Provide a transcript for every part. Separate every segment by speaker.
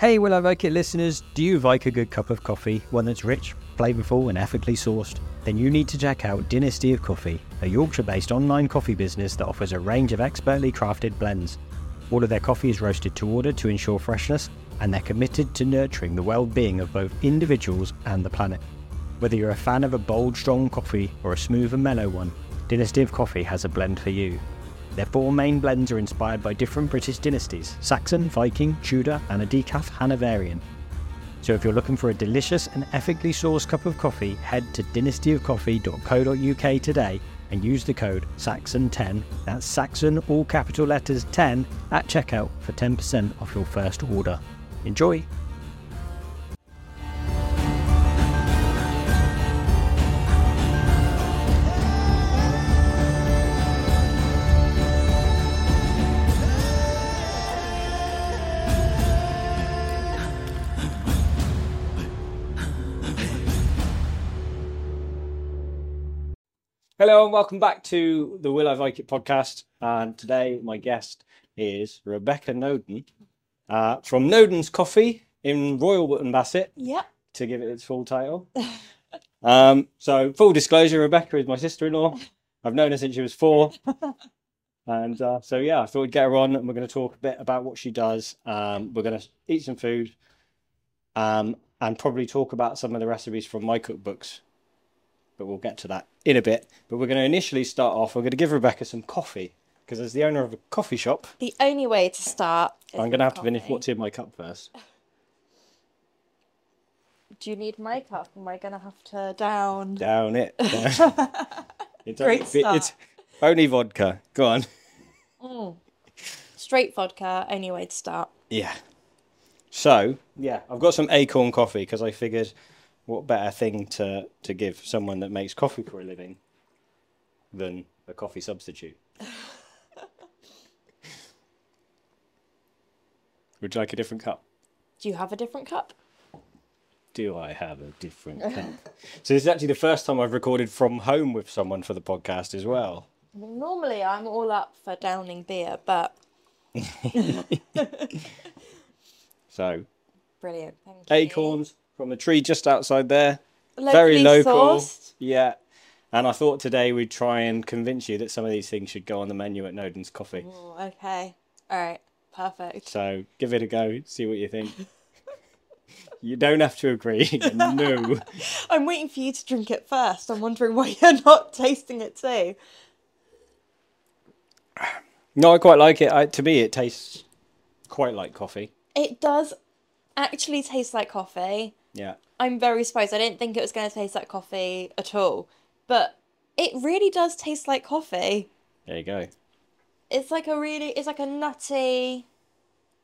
Speaker 1: Hey, Will I Like It listeners, do you like a good cup of coffee? One that's rich, flavourful, and ethically sourced? Then you need to check out Dynasty of Coffee, a Yorkshire based online coffee business that offers a range of expertly crafted blends. All of their coffee is roasted to order to ensure freshness, and they're committed to nurturing the well being of both individuals and the planet. Whether you're a fan of a bold, strong coffee or a smooth and mellow one, Dynasty of Coffee has a blend for you. Their four main blends are inspired by different British dynasties Saxon, Viking, Tudor, and a decaf Hanoverian. So if you're looking for a delicious and ethically sourced cup of coffee, head to dynastyofcoffee.co.uk today and use the code SAXON10, that's Saxon, all capital letters 10, at checkout for 10% off your first order. Enjoy! Hello and welcome back to the Will I Like It podcast. And today my guest is Rebecca Noden uh, from Noden's Coffee in Royal Wootton Bassett,
Speaker 2: Yep.
Speaker 1: to give it its full title. um, so, full disclosure Rebecca is my sister in law. I've known her since she was four. And uh, so, yeah, I thought we'd get her on and we're going to talk a bit about what she does. Um, we're going to eat some food um, and probably talk about some of the recipes from my cookbooks. But we'll get to that in a bit. But we're going to initially start off, we're going to give Rebecca some coffee because, as the owner of a coffee shop,
Speaker 2: The only way to start. Is
Speaker 1: I'm
Speaker 2: with
Speaker 1: going to have to finish
Speaker 2: coffee.
Speaker 1: what's in my cup first.
Speaker 2: Do you need my cup? Am I going to have to down?
Speaker 1: Down it. it's
Speaker 2: Great
Speaker 1: only, it's
Speaker 2: start.
Speaker 1: only vodka. Go on.
Speaker 2: Straight vodka. Only way to start.
Speaker 1: Yeah. So yeah, I've got some Acorn coffee because I figured, what better thing to to give someone that makes coffee for a living than a coffee substitute? Would you like a different cup?
Speaker 2: Do you have a different cup?
Speaker 1: Do I have a different cup? so this is actually the first time I've recorded from home with someone for the podcast as well.
Speaker 2: Well, normally I'm all up for downing beer, but
Speaker 1: So
Speaker 2: brilliant. Thank you.
Speaker 1: acorns from a tree just outside there.
Speaker 2: Locally
Speaker 1: very local.
Speaker 2: sourced.
Speaker 1: Yeah. And I thought today we'd try and convince you that some of these things should go on the menu at Noden's Coffee.
Speaker 2: Oh, okay. All right. Perfect.
Speaker 1: So give it a go, see what you think. you don't have to agree. no.
Speaker 2: I'm waiting for you to drink it first. I'm wondering why you're not tasting it too.
Speaker 1: No, I quite like it. I, to me, it tastes quite like coffee.
Speaker 2: It does actually taste like coffee.
Speaker 1: Yeah.
Speaker 2: I'm very surprised. I didn't think it was going to taste like coffee at all, but it really does taste like coffee.
Speaker 1: There you go.
Speaker 2: It's like a really, it's like a nutty,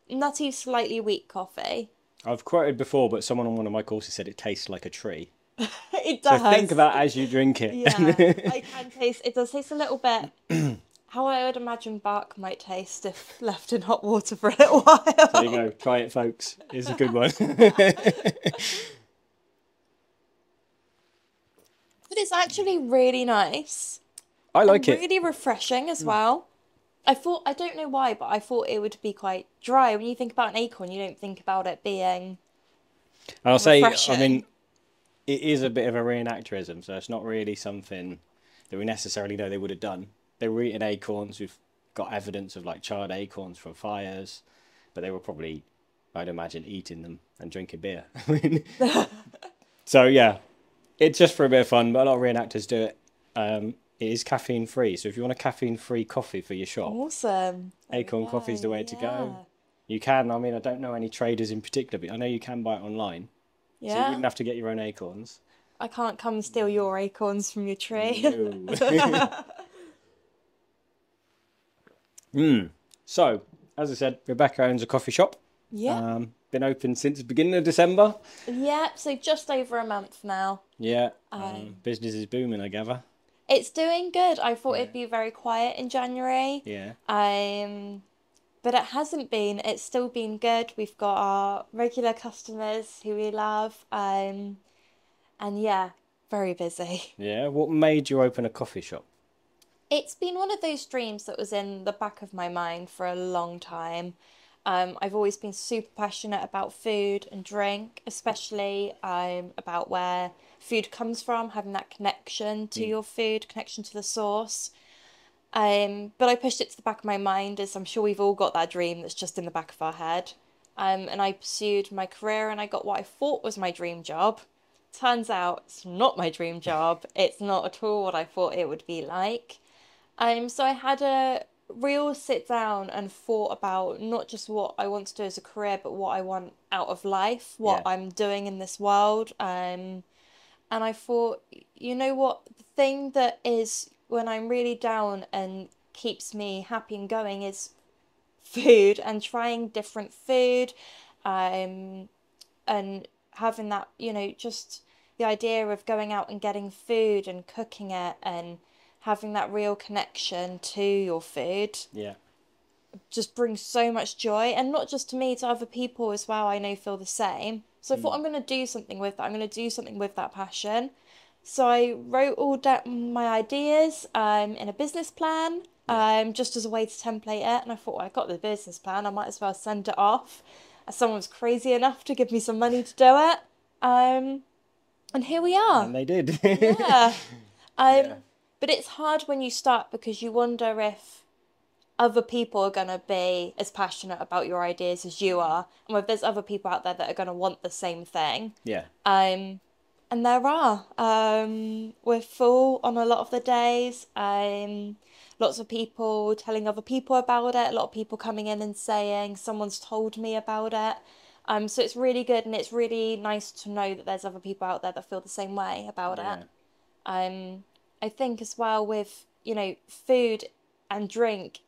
Speaker 2: nutty, slightly weak coffee.
Speaker 1: I've quoted before, but someone on one of my courses said it tastes like a tree.
Speaker 2: It
Speaker 1: So
Speaker 2: does.
Speaker 1: think of that as you drink it.
Speaker 2: Yeah, I can taste. It does taste a little bit how I would imagine bark might taste if left in hot water for a little while.
Speaker 1: There you go. Try it, folks. It's a good one.
Speaker 2: But it's actually really nice.
Speaker 1: I like it.
Speaker 2: Really refreshing
Speaker 1: Mm.
Speaker 2: as well. I thought I don't know why, but I thought it would be quite dry. When you think about an acorn, you don't think about it being
Speaker 1: And I'll say, I mean,
Speaker 2: refreshing.
Speaker 1: it is a bit of a reenactorism, so it's not really something that we necessarily know they would have done. They were eating acorns. We've got evidence of like charred acorns from fires, but they were probably, I'd imagine, eating them and drinking beer. I mean, so yeah, it's just for a bit of fun, but a lot of reenactors do it. Um, it is caffeine free, so if you want a caffeine free coffee for your shop,
Speaker 2: awesome. There we
Speaker 1: Acorn
Speaker 2: go,
Speaker 1: coffee's the way to go. you can. I mean, I don't know any traders in particular, but I know you can buy it online.
Speaker 2: Yeah,
Speaker 1: So you
Speaker 2: Yeah.
Speaker 1: wouldn't have to get your own acorns.
Speaker 2: I can't come and steal your acorns from your tree.
Speaker 1: Hmm. So, as I said, Rebecca owns a coffee shop.
Speaker 2: yeah,
Speaker 1: Um, been open since the beginning of December.
Speaker 2: yeah. So just over a month now.
Speaker 1: Yeah. Um, business is booming, I gather.
Speaker 2: It's doing good. I thought it'd be very quiet in January.
Speaker 1: Yeah.
Speaker 2: Um, but it hasn't been. It's still been good. We've got our regular customers who we love. Um, and yeah, very busy.
Speaker 1: Yeah. What made you open a coffee shop?
Speaker 2: It's been one of those dreams that was in the back of my mind for a long time. Um, I've always been super passionate about food and drink, especially um, about where food comes from, having that connection to your food, connection to the source. Um, but I pushed it to the back of my mind, as I'm sure we've all got that dream that's just in the back of our head. Um, and I pursued my career and I got what I thought was my dream job. Turns out it's not my dream job. It's not at all what I thought it would be like. Um, so I had a real sit down and thought about not just what I want to do as a career, but what I want out of life, what
Speaker 1: Yeah.
Speaker 2: I'm doing in this world. Um, and I thought, you know what? The thing that is when I'm really down and keeps me happy and going is food and trying different food. Um, and having that, you know, just the idea of going out and getting food and cooking it and having that real connection to your food
Speaker 1: Yeah.
Speaker 2: just brings so much joy and not just to me to other people as well i know feel the same so i thought i'm going to do something with that i'm going to do something with that passion so i wrote all down my ideas um, in a business plan um, just as a way to template it and i thought well, i got the business plan i might as well send it off as someone's crazy enough to give me some money to do it um, and here we are
Speaker 1: And they did.
Speaker 2: yeah. Um, But it's hard when you start because you wonder if other people are going to be as passionate about your ideas as you are, and if there's other people out there that are going to want the same thing.
Speaker 1: yeah.
Speaker 2: Um, and there are. Um, we're full on a lot of the days. Um, lots of people telling other people about it. A lot of people coming in and saying, someone's told me about it. Um, so it's really good and it's really nice to know that there's other people out there that feel the same way about
Speaker 1: Yeah.
Speaker 2: it. Um, I think as well with, you know, food and drink,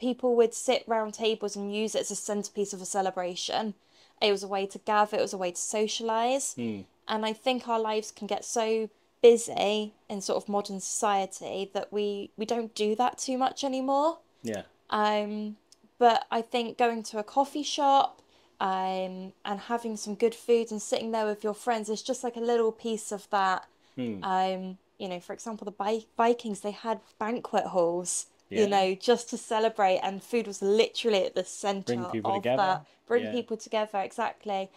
Speaker 2: people would sit round tables and use it as a centerpiece of a celebration. It was a way to gather, it was a way to socialize. And I think our lives can get so busy in sort of modern society that we we don't do that too much anymore.
Speaker 1: Yeah.
Speaker 2: Um, but I think going to a coffee shop um, and having some good food and sitting there with your friends is just like a little piece of that.
Speaker 1: Hmm.
Speaker 2: Um, you know, for example, the Vi- Vikings, they had banquet halls,
Speaker 1: Yeah.
Speaker 2: you know, just to celebrate, and food was literally at the center
Speaker 1: Bring people
Speaker 2: of
Speaker 1: together.
Speaker 2: that. Bring
Speaker 1: Yeah.
Speaker 2: people together, exactly.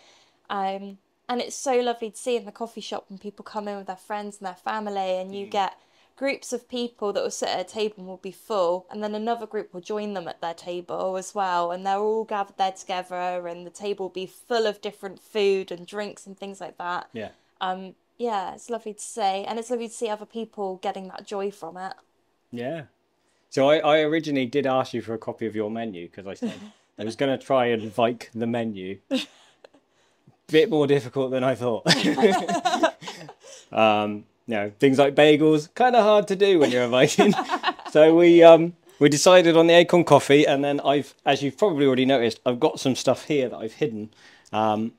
Speaker 2: Um, and it's so lovely to see in the coffee shop when people come in with their friends and their family, and
Speaker 1: Mm.
Speaker 2: you get groups of people that will sit at a table and will be full, and then another group will join them at their table as well, and they're all gathered there together, and the table will be full of different food and drinks and things like that.
Speaker 1: Yeah.
Speaker 2: Um, yeah, it's lovely to see, and it's lovely to see other people getting that joy from it.
Speaker 1: Yeah. So I, I originally did ask you for a copy of your menu because I said I was going to try and Vike the menu. Bit more difficult than I thought. um, you know, things like bagels, kind of hard to do when you're a Viking. so we um, we decided on the acorn coffee, and then I've, as you've probably already noticed, I've got some stuff here that I've hidden. Um,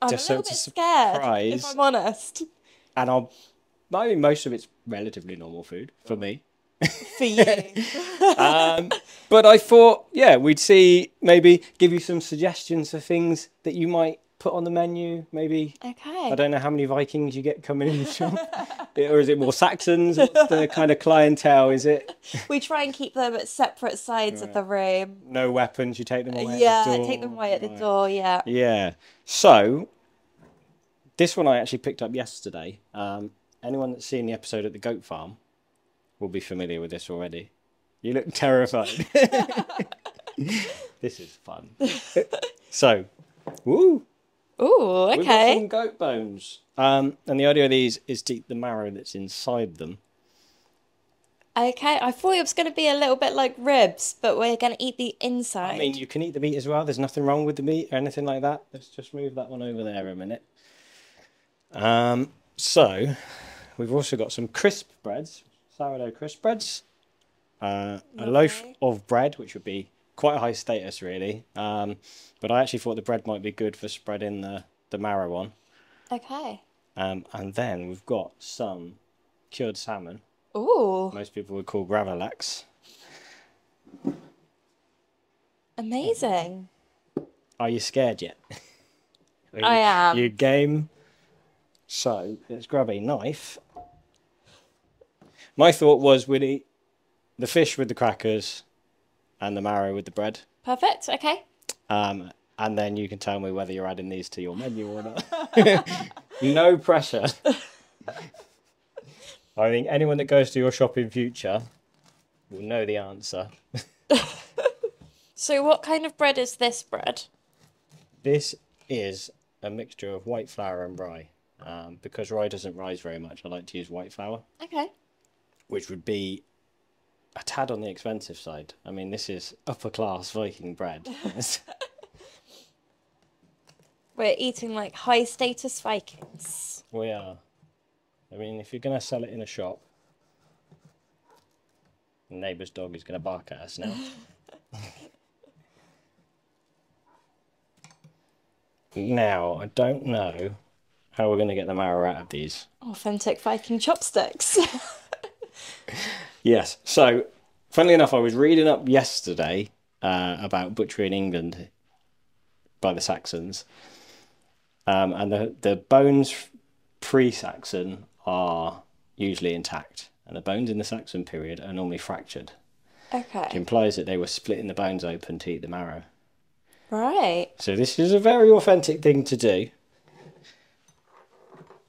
Speaker 2: I'm
Speaker 1: Just
Speaker 2: a
Speaker 1: so
Speaker 2: little
Speaker 1: it's a
Speaker 2: bit scared,
Speaker 1: surprise.
Speaker 2: if I'm honest,
Speaker 1: and I'll, I mean, most of it's relatively normal food for me.
Speaker 2: for you.
Speaker 1: Um, But I thought, yeah, we'd see, maybe give you some suggestions for things that you might put on the menu. Maybe I
Speaker 2: Okay.
Speaker 1: don't know how many Vikings you get coming in the shop, or is it more Saxons? What's the kind of clientele? Is it
Speaker 2: We try and keep them at separate sides of the room.
Speaker 1: no weapons? You take them away. at the
Speaker 2: Yeah,
Speaker 1: door?
Speaker 2: take them away at the
Speaker 1: Right.
Speaker 2: door, yeah.
Speaker 1: Yeah. So this one I actually picked up yesterday. Um, anyone that's seen the episode at the goat farm will be familiar with this already. You look terrified. this is fun. so, woo.
Speaker 2: Ooh,
Speaker 1: We've got
Speaker 2: okay.
Speaker 1: some goat bones. Um, and the idea of these is to eat the marrow that's inside them.
Speaker 2: Okay, I thought it was going to be a little bit like ribs, but we're going to eat the inside.
Speaker 1: I mean, you can eat the meat as well. There's nothing wrong with the meat or anything like that. Let's just move that one over there a minute. Um, so, we've also got some crisp breads, sourdough crisp breads, uh, a loaf
Speaker 2: Lovely.
Speaker 1: of bread, which would be quite a high status, really. Um, but I actually thought the bread might be good for spreading the, the marrow on.
Speaker 2: Okay.
Speaker 1: Um, and then we've got some cured salmon,
Speaker 2: Ooh,
Speaker 1: most people would call gravlax.
Speaker 2: amazing.
Speaker 1: Are you scared yet? Are you-
Speaker 2: I am.
Speaker 1: You game? So let's grab a knife. My thought was we'd eat the fish with the crackers and the marrow with the bread.
Speaker 2: Perfect. Okay.
Speaker 1: Um, and then you can tell me whether you're adding these to your menu or not. no pressure. I think anyone that goes to your shop in future will know the answer.
Speaker 2: So, what kind of bread is this bread?
Speaker 1: This is a mixture of white flour and rye. Um, because rye doesn't rise very much, I like to use white flour,
Speaker 2: Okay.
Speaker 1: which would be a tad on the expensive side. I mean, this is upper class Viking bread.
Speaker 2: We're eating like high status Vikings.
Speaker 1: we are. I mean, if you're going to sell it in a shop, the neighbour's dog is going to bark at us now. now, I don't know how we're going to get the marrow out of these.
Speaker 2: Authentic Viking chopsticks.
Speaker 1: Yes. So, funnily enough, I was reading up yesterday uh, about butchery in England by the Saxons, um, and the the bones pre-Saxon are usually intact, and the bones in the Saxon period are normally fractured. It
Speaker 2: okay.
Speaker 1: implies that they were splitting the bones open to eat the marrow.
Speaker 2: Right.
Speaker 1: So this is a very authentic thing to do.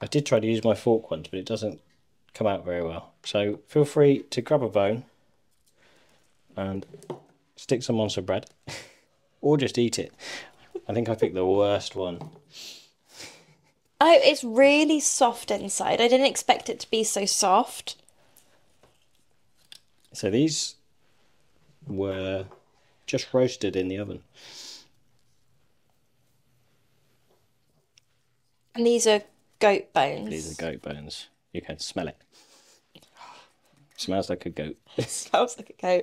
Speaker 1: I did try to use my fork once, but it doesn't come out very well. So feel free to grab a bone and stick some on some bread, or just eat it. I think I picked the worst one.
Speaker 2: Oh, it's really soft inside. I didn't expect it to be so soft.
Speaker 1: So these were just roasted in the oven.
Speaker 2: And these are goat bones.
Speaker 1: These are goat bones. You can smell it. Smells like a goat.
Speaker 2: Smells like a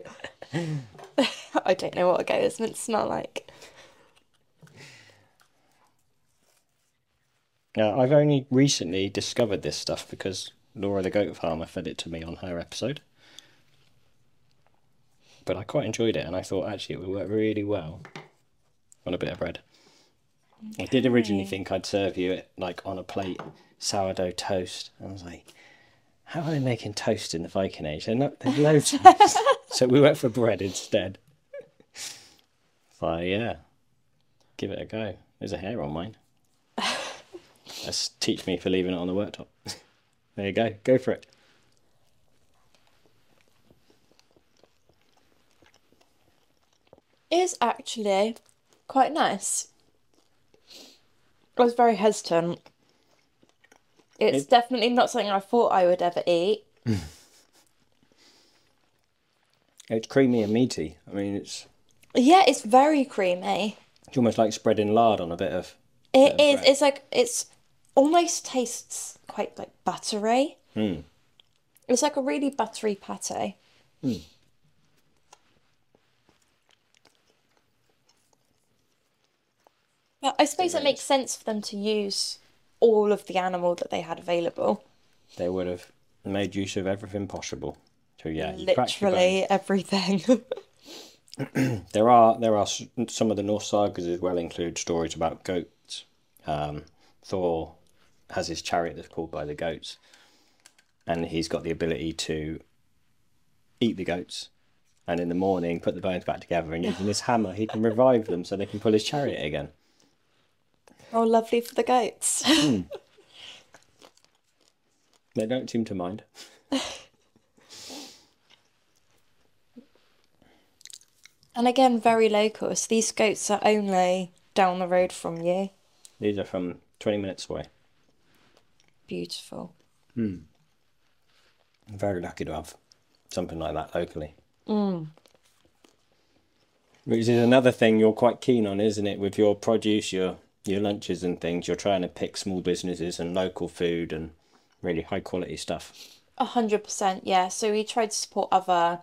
Speaker 2: goat. I don't know what a goat is meant to smell like.
Speaker 1: Now, I've only recently discovered this stuff because Laura the Goat Farmer fed it to me on her episode. But I quite enjoyed it and I thought actually it would work really well on a bit of bread. I did originally think I'd serve you it like on a plate, sourdough toast. I was like, how are they making toast in the Viking Age? They're not, there's loads. of this." so we went for bread instead. So yeah, give it a go. There's a hair on mine. That's teach me for leaving it on the worktop. there you go. Go for it.
Speaker 2: It is actually quite nice. I was very hesitant. It's
Speaker 1: It-
Speaker 2: definitely not something I thought I would ever eat.
Speaker 1: It's creamy and meaty. I mean, it's,
Speaker 2: Yeah, it's very creamy.
Speaker 1: it's almost like spreading lard on a bit of.
Speaker 2: It
Speaker 1: Yeah,
Speaker 2: is.
Speaker 1: bread.
Speaker 2: It's like it's almost tastes quite like buttery.
Speaker 1: Hmm.
Speaker 2: It's like a really buttery pate.
Speaker 1: Hmm.
Speaker 2: But I suppose it makes sense for them to use all of the animal that they had available.
Speaker 1: They would have made use of everything possible. So yeah, you crack your bones.
Speaker 2: Literally everything.
Speaker 1: There are there are s- some of the Norse sagas as well include stories about goats. Um, Thor has his chariot that's called by the goats, and he's got the ability to eat the goats, and in the morning put the bones back together, and using his hammer he can revive them so they can pull his chariot again.
Speaker 2: Oh, lovely for the goats.
Speaker 1: They don't seem to mind.
Speaker 2: And again, very local. So these goats are only down the road from you.
Speaker 1: These are from twenty minutes away.
Speaker 2: Beautiful.
Speaker 1: I'm very lucky to have something like that locally. Which is another thing you're quite keen on, isn't it? With your produce, your your lunches and things, you're trying to pick small businesses and local food and really high quality stuff.
Speaker 2: A hundred percent, yeah. So we tried to support other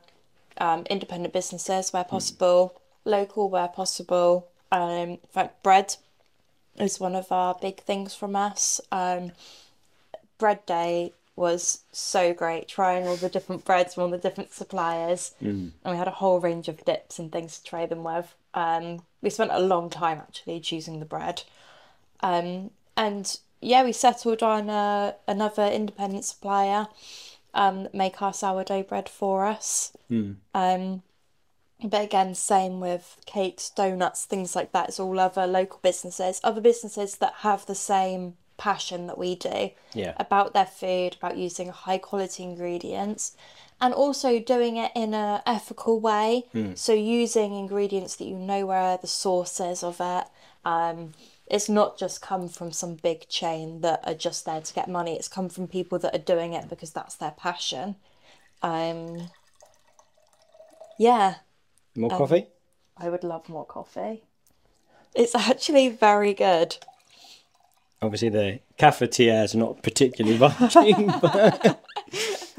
Speaker 2: um, independent businesses where possible, local where possible. Um, in fact, bread is one of our big things from us. Um, bread day was so great, trying all the different breads from all the different suppliers, and we had a whole range of dips and things to try them with. Um, we spent a long time actually choosing the bread. Um, and yeah, we settled on uh, another independent supplier um, that make our sourdough bread for us. Um, But again, same with cakes, donuts, things like that. It's all other local businesses, other businesses that have the same passion that we do
Speaker 1: Yeah.
Speaker 2: about their food, about using high quality ingredients, and also doing it in a ethical way. So using ingredients that you know where the source is of it. Um, it's not just come from some big chain that are just there to get money. It's come from people that are doing it because that's their passion. Um, yeah,
Speaker 1: More coffee?
Speaker 2: I would love more coffee. It's actually very good.
Speaker 1: Obviously, the cafetiere are not particularly vibing. but-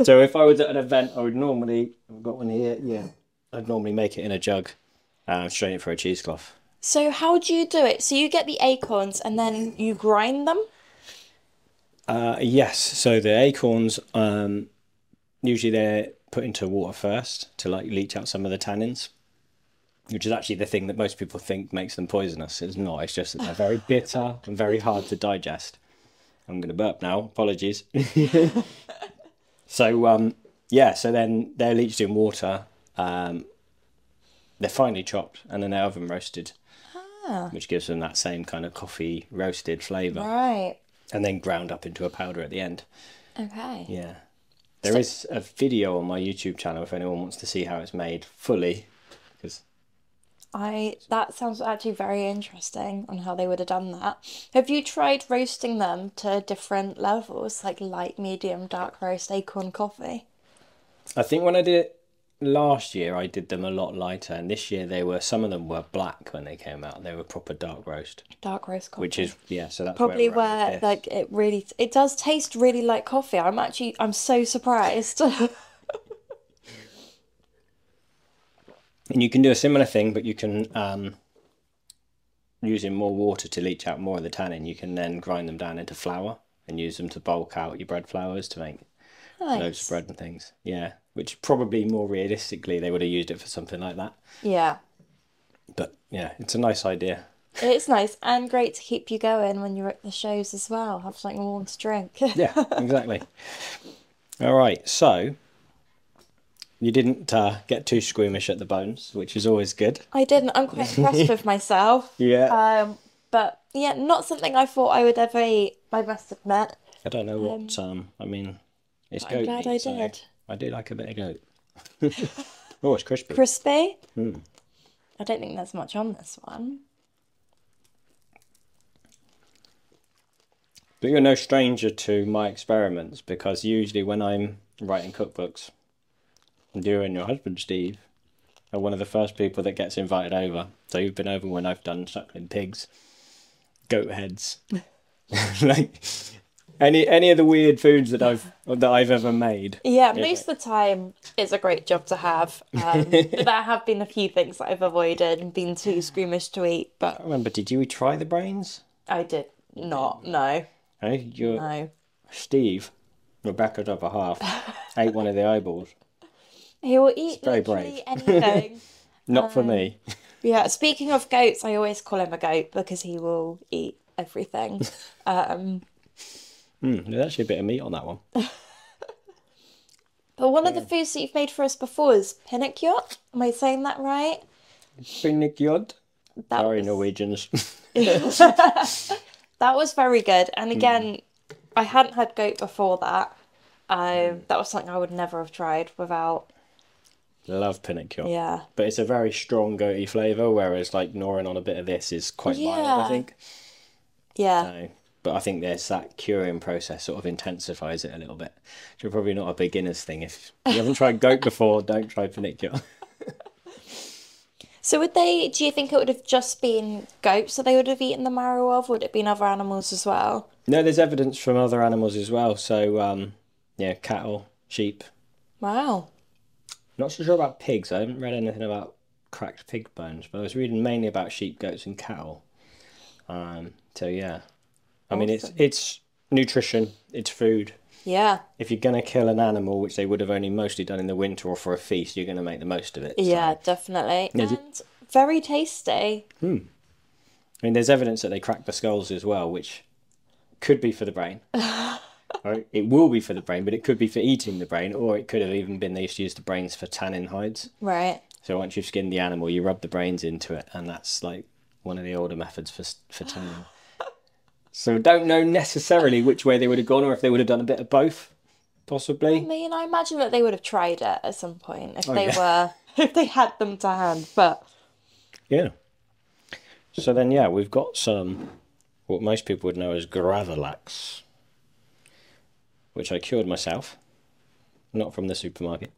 Speaker 1: so if I was at an event, I would normally, I've got one here, yeah, I'd normally make it in a jug and strain it for a cheesecloth.
Speaker 2: So how do you do it? So you get the acorns and then you grind them.
Speaker 1: Uh, yes. So the acorns, um, usually they're put into water first to like leach out some of the tannins, which is actually the thing that most people think makes them poisonous. It's not. It's just that they're very bitter and very hard to digest. I'm going to burp now. Apologies. so um, yeah. So then they're leached in water. Um, they're finely chopped and then they're oven roasted, which gives them that same kind of coffee roasted flavour
Speaker 2: Right.
Speaker 1: and then ground up into a powder at the end.
Speaker 2: Okay.
Speaker 1: Yeah. there is a video on my YouTube channel if anyone wants to see how it's made fully. Because
Speaker 2: I that sounds actually very interesting on how they would have done that. Have you tried roasting them to different levels, like light, medium, dark roast, acorn coffee?
Speaker 1: I think when I did it last year, I did them a lot lighter, and this year they were some of them were black when they came out. They were proper dark roast,
Speaker 2: Dark roast coffee.
Speaker 1: which is yeah. So that's
Speaker 2: probably
Speaker 1: where, we're at
Speaker 2: where
Speaker 1: with this.
Speaker 2: like it really it does taste really like coffee. I'm actually I'm so surprised.
Speaker 1: And you can do a similar thing, but you can um, using more water to leach out more of the tannin. You can then grind them down into flour and use them to bulk out your bread flours to make loaves
Speaker 2: nice.
Speaker 1: of bread and things. Yeah, which probably more realistically they would have used it for something like that.
Speaker 2: Yeah.
Speaker 1: But yeah, it's a nice idea.
Speaker 2: It's nice and great to keep you going when you're at the shows as well. Have something warm to drink.
Speaker 1: Yeah, exactly. All right, so you didn't uh, get too squeamish at the bones, which is always good.
Speaker 2: I didn't. I'm quite impressed with myself.
Speaker 1: Yeah,
Speaker 2: Um, but yeah, not something I thought I would ever eat. I must admit.
Speaker 1: I don't know what. Um, I mean, it's
Speaker 2: I'm
Speaker 1: goat
Speaker 2: glad
Speaker 1: meat,
Speaker 2: I
Speaker 1: so
Speaker 2: did.
Speaker 1: I do like a bit of goat. oh, it's crispy.
Speaker 2: Crispy. I don't think there's much on this one.
Speaker 1: But you're no stranger to my experiments because usually when I'm writing cookbooks, you and your husband Steve are one of the first people that gets invited over. So you've been over when I've done suckling pigs, goat heads, like any any of the weird foods that I've that I've ever made.
Speaker 2: Yeah,
Speaker 1: Yeah.
Speaker 2: most of the time it's a great job to have. Um, but there have been a few things that I've avoided and been too squeamish to eat,
Speaker 1: I
Speaker 2: but
Speaker 1: remember, did you try the brains?
Speaker 2: I did not. No,
Speaker 1: Hey, your
Speaker 2: no.
Speaker 1: Steve, Rebecca's other half, ate one of the eyeballs.
Speaker 2: He will eat
Speaker 1: very
Speaker 2: literally anything.
Speaker 1: Not for me.
Speaker 2: Yeah, speaking of goats, I always call him a goat because he will eat everything. Um,
Speaker 1: Mm, there's actually a bit of meat on that one.
Speaker 2: but one of the foods that you've made for us before is pinnacle. Am I saying that right?
Speaker 1: Finnegjod.
Speaker 2: That
Speaker 1: Sorry,
Speaker 2: was,
Speaker 1: Norwegians.
Speaker 2: that was very good.
Speaker 1: Mm.
Speaker 2: And again, I hadn't had goat before that. Um, that was something I would never have tried without.
Speaker 1: Love Pinnacle.
Speaker 2: Yeah,
Speaker 1: But it's a very strong goaty flavour, whereas like gnawing on a bit of this is quite mild, I
Speaker 2: Yeah.
Speaker 1: think.
Speaker 2: yeah.
Speaker 1: So, but I think there's that curing process sort of intensifies it a little bit. So probably not a beginner's thing. If you haven't tried goat before, don't try Pinnacle.
Speaker 2: So would they? Do you think it would have just been goats that they would have eaten the marrow of? Would it have been other animals as well?
Speaker 1: no, there's evidence from other animals as well. So um, yeah, cattle, sheep.
Speaker 2: Wow.
Speaker 1: Not so sure about pigs. I haven't read anything about cracked pig bones, but I was reading mainly about sheep, goats, and cattle. Um, so yeah, I mean it's it's nutrition, it's food.
Speaker 2: Yeah.
Speaker 1: if you're going to kill an animal, which they would have only mostly done in the winter or for a feast, you're going to make the most of it. So,
Speaker 2: Yeah, definitely.
Speaker 1: d-
Speaker 2: And very tasty.
Speaker 1: I mean, there's evidence that they crack the skulls as well, which could be for the brain. right? It will be for the brain, but it could be for eating the brain, or it could have even been they used to use the brains for tannin hides.
Speaker 2: Right.
Speaker 1: So once you've skinned the animal, you rub the brains into it, and that's like one of the older methods for s- for tanning. so don't know necessarily which way they would have gone, or if they would have done a bit of both,
Speaker 2: I
Speaker 1: possibly.
Speaker 2: mean, I imagine that they would have tried it at some point if they
Speaker 1: Oh, yeah.
Speaker 2: were if they had them to hand. But
Speaker 1: Yeah. So then, yeah, we've got some what most people would know as Gravelax, which I cured myself, not from the supermarket.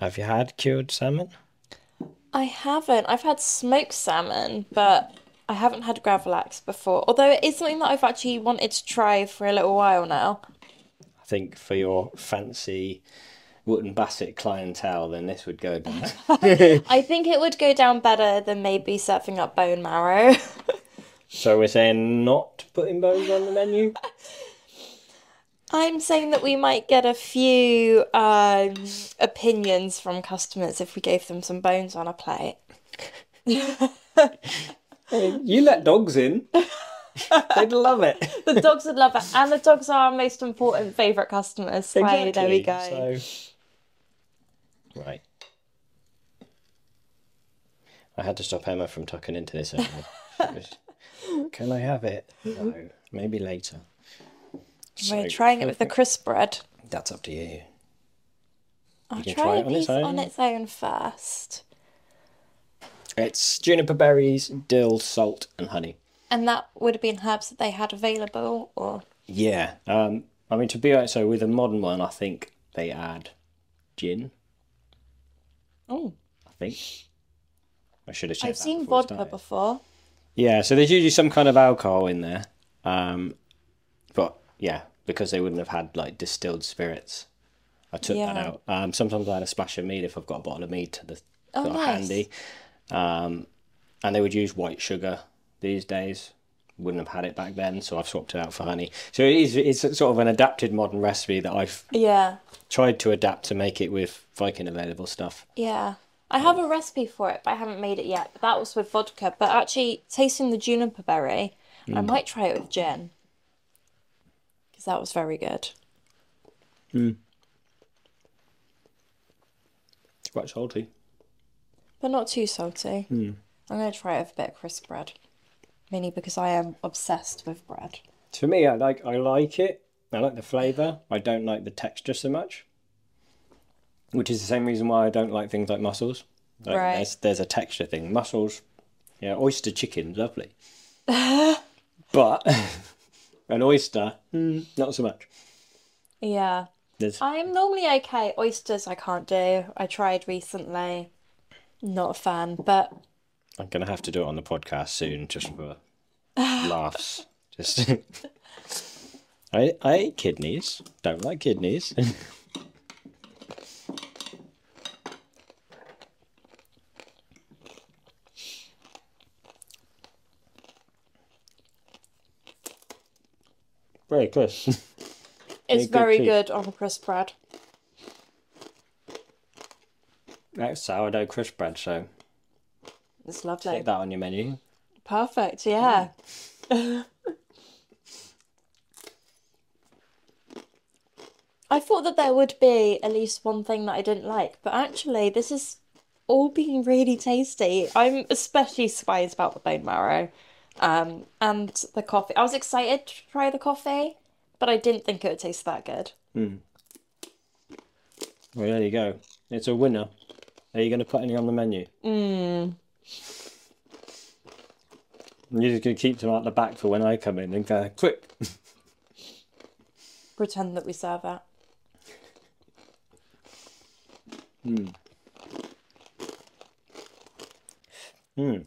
Speaker 1: Have you had cured salmon?
Speaker 2: I haven't. I've had smoked salmon, but I haven't had Gravlax before. Although it is something that I've actually wanted to try for a little while now.
Speaker 1: I think for your fancy Wootton Bassett clientele, then this would go bad.
Speaker 2: I think it would go down better than maybe serving up bone marrow.
Speaker 1: so we're saying not putting bones on the menu.
Speaker 2: I'm saying that we might get a few um, opinions from customers if we gave them some bones on a plate.
Speaker 1: You let dogs in. They'd love it.
Speaker 2: The dogs would love it, and the dogs are our most important favourite customers. So there we go.
Speaker 1: Exactly, so- Right. I had to stop Emma from tucking into this earlier. She was, Can I have it? No. Maybe later.
Speaker 2: We're
Speaker 1: So,
Speaker 2: trying it with the crisp bread.
Speaker 1: That's up to you.
Speaker 2: I'll
Speaker 1: can
Speaker 2: try,
Speaker 1: try
Speaker 2: a
Speaker 1: it on its
Speaker 2: piece on
Speaker 1: own.
Speaker 2: its own first.
Speaker 1: It's juniper berries, dill, salt, and honey.
Speaker 2: And that would have been herbs that they had available, or
Speaker 1: Yeah. Um, I mean, to be honest, so with a modern one, I think they add gin.
Speaker 2: Oh.
Speaker 1: I think. I should have checked
Speaker 2: I've
Speaker 1: that
Speaker 2: seen
Speaker 1: before I
Speaker 2: vodka
Speaker 1: started.
Speaker 2: before.
Speaker 1: Yeah, so there's usually some kind of alcohol in there. Um, but yeah, because they wouldn't have had like distilled spirits. I took that
Speaker 2: Yeah.
Speaker 1: out. Um, sometimes I had a splash of mead if I've got a bottle of mead to the
Speaker 2: Oh,
Speaker 1: got
Speaker 2: nice.
Speaker 1: handy. Um, and they would use white sugar these days. Wouldn't have had it back then, so I've swapped it out for honey. So it is it's sort of an adapted modern recipe that I've
Speaker 2: Yeah,
Speaker 1: tried to adapt to make it with Viking available stuff.
Speaker 2: yeah. I have a recipe for it, but I haven't made it yet. But that was with vodka. But actually, tasting the juniper berry,
Speaker 1: Mm.
Speaker 2: I might try it with gin because that was very good.
Speaker 1: It's quite salty.
Speaker 2: but not too salty.
Speaker 1: Mm.
Speaker 2: I'm gonna try it with a bit of crisp bread, mainly because I am obsessed with bread.
Speaker 1: To me, I like I like it. I like the flavour. I don't like the texture so much. Which is the same reason why I don't like things like mussels. Like
Speaker 2: Right.
Speaker 1: there's there's a texture thing. Mussels, yeah, oyster chicken, lovely. but an oyster, hmm, not so much.
Speaker 2: Yeah,
Speaker 1: There's
Speaker 2: I'm normally okay. Oysters I can't do. I tried recently, not a fan. But
Speaker 1: I'm gonna have to do it on the podcast soon, just for laughs. Just I I ate kidneys. Don't like kidneys. Very close.
Speaker 2: it's
Speaker 1: Yeah, good
Speaker 2: very
Speaker 1: too.
Speaker 2: good on crisp bread.
Speaker 1: That's sourdough crisp bread, so
Speaker 2: It's lovely.
Speaker 1: take that on your menu.
Speaker 2: Perfect. Yeah. I thought that there would be at least one thing that I didn't like, but actually, this is all being really tasty. I'm especially surprised about the bone marrow, um, and the coffee. I was excited to try the coffee, but I didn't think it would taste that good.
Speaker 1: Well, there you go. It's a winner. Are you going to put any on the menu? Mm. You're just going to keep them out the back for when I come in and go, quick.
Speaker 2: Pretend that we serve it.
Speaker 1: So,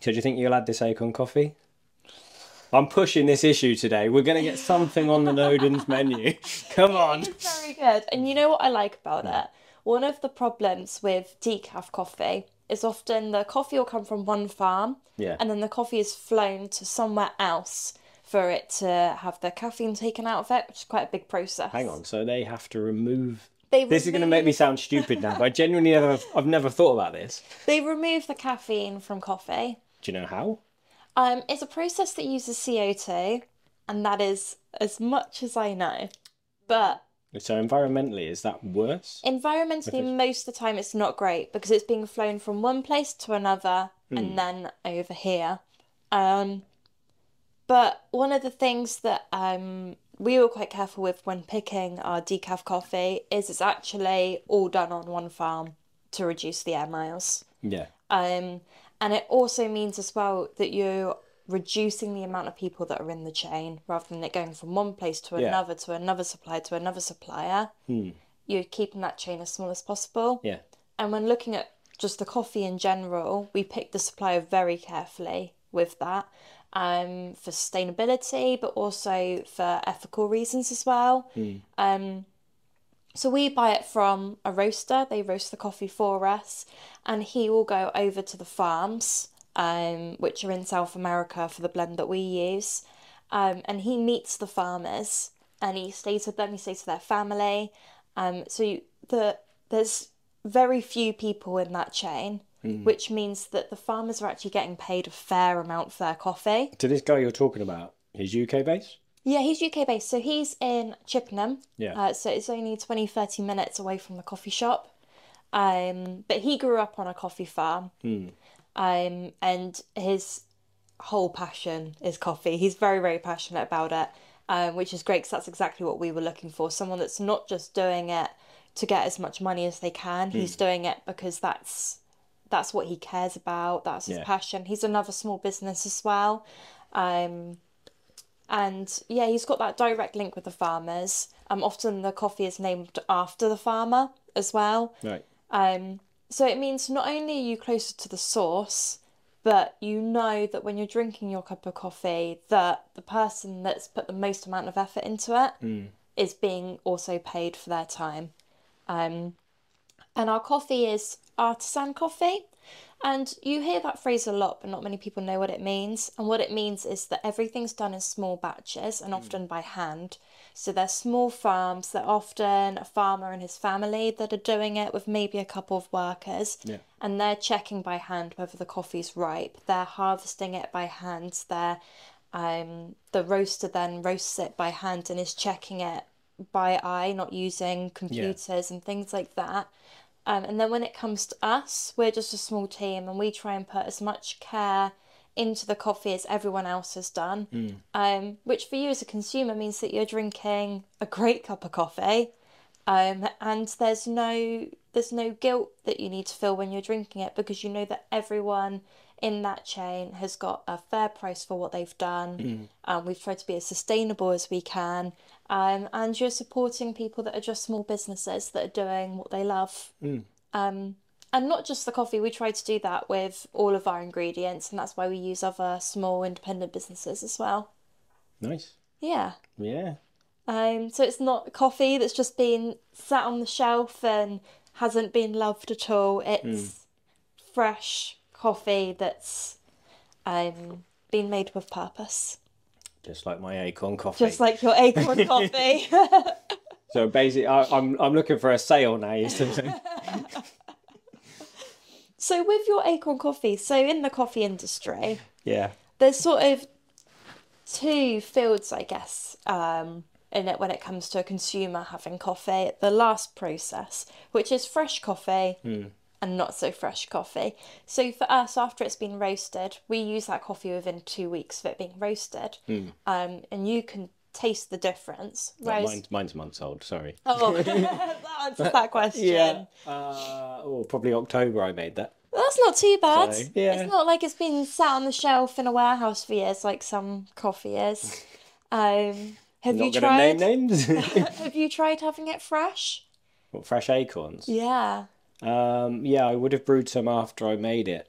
Speaker 1: do you think you'll add this acorn coffee? I'm pushing this issue today. We're going to get something on the Nodens menu. Come on.
Speaker 2: It's very good. And you know what I like about
Speaker 1: Hmm.
Speaker 2: it? One of the problems with decaf coffee is often the coffee will come from one farm
Speaker 1: Yeah.
Speaker 2: and then the coffee is flown to somewhere else for it to have the caffeine taken out of it, which is quite a big process.
Speaker 1: Hang on. So, they have to remove.
Speaker 2: They
Speaker 1: This is going to make me
Speaker 2: remove-
Speaker 1: sound stupid now, but I genuinely never, I've never thought about this.
Speaker 2: They remove the caffeine from coffee.
Speaker 1: Do you know how?
Speaker 2: Um, it's a process that uses CO2, and that is as much as I know. But
Speaker 1: So environmentally, is that worse?
Speaker 2: Environmentally,
Speaker 1: Because-
Speaker 2: most of the time it's not great because it's being flown from one place to another and then over here. Um, but one of the things that um, we were quite careful with when picking our decaf coffee is it's actually all done on one farm to reduce the air miles.
Speaker 1: Yeah.
Speaker 2: Um, and it also means as well that you're reducing the amount of people that are in the chain rather than it going from one place to
Speaker 1: Yeah.
Speaker 2: another to another supplier to another supplier. You're keeping that chain as small as possible.
Speaker 1: Yeah.
Speaker 2: And when looking at just the coffee in general, we pick the supplier very carefully with that um, for sustainability, but also for ethical reasons as well. Um, so we buy it from a roaster, they roast the coffee for us, and he will go over to the farms, um, which are in South America for the blend that we use. Um, and he meets the farmers and he stays with them, he stays with their family. Um, so you, the there's very few people in that chain, which means that the farmers are actually getting paid a fair amount for their coffee.
Speaker 1: So this guy you're talking about, he's UK based.
Speaker 2: Yeah, he's UK based, so he's in Chippenham.
Speaker 1: Yeah.
Speaker 2: Uh, so it's only 20, 30 minutes away from the coffee shop. Um, but he grew up on a coffee farm.
Speaker 1: Hmm.
Speaker 2: Um, and his whole passion is coffee. He's very, very passionate about it, um, which is great because that's exactly what we were looking for. Someone that's not just doing it to get as much money as they
Speaker 1: Hmm.
Speaker 2: can. He's doing it because that's that's what he cares about. That's his
Speaker 1: Yeah.
Speaker 2: passion. He's another small business as well. Um, and yeah, he's got that direct link with the farmers. Um, often the coffee is named after the farmer as well.
Speaker 1: right.
Speaker 2: Um, so it means not only are you closer to the source, but you know that when you're drinking your cup of coffee, that the person that's put the most amount of effort into it is being also paid for their time. Um, and our coffee is artisan coffee. And you hear that phrase a lot, but not many people know what it means. And what it means is that everything's done in small batches and often by hand. So they're small farms, they're often a farmer and his family that are doing it with maybe a couple of workers.
Speaker 1: Yeah.
Speaker 2: And they're checking by hand whether the coffee's ripe. They're harvesting it by hand. They're um, the roaster then roasts it by hand and is checking it by eye, not using computers and things like that. Um, and then when it comes to us, we're just a small team and we try and put as much care into the coffee as everyone else has done. Um, which for you as a consumer means that you're drinking a great cup of coffee. Um, and there's no there's no guilt that you need to feel when you're drinking it because you know that everyone in that chain has got a fair price for what they've done. Um, we've tried to be as sustainable as we can, um, and you're supporting people that are just small businesses that are doing what they love. Um, and not just the coffee, we try to do that with all of our ingredients, and that's why we use other small independent businesses as well.
Speaker 1: Nice.
Speaker 2: Yeah.
Speaker 1: Yeah.
Speaker 2: Um, so it's not coffee that's just been sat on the shelf and hasn't been loved at all. It's fresh coffee that's um, been made with purpose,
Speaker 1: Just like my acorn coffee.
Speaker 2: just like your acorn coffee.
Speaker 1: so basically, I, I'm I'm looking for a sale now. you see.
Speaker 2: So with your acorn coffee, so in the coffee industry,
Speaker 1: yeah.
Speaker 2: there's sort of two fields, I guess, um, in it when it comes to a consumer having coffee. The last process, which is fresh coffee and not so fresh coffee. So for us, after it's been roasted, we use that coffee within two weeks of it being roasted, um, and you can taste the difference.
Speaker 1: Well,
Speaker 2: Whereas,
Speaker 1: mine's, mine's months old. Sorry.
Speaker 2: oh, that answers that question.
Speaker 1: Uh, oh, probably October. I made that.
Speaker 2: Well, that's not too bad.
Speaker 1: So, yeah.
Speaker 2: It's not like it's been sat on the shelf in a warehouse for years, like some coffee is. Um, have you
Speaker 1: Not going to
Speaker 2: tried?
Speaker 1: name names.
Speaker 2: Have you tried having it fresh?
Speaker 1: What, fresh acorns.
Speaker 2: Yeah.
Speaker 1: Um, yeah, I would have brewed some after I made it.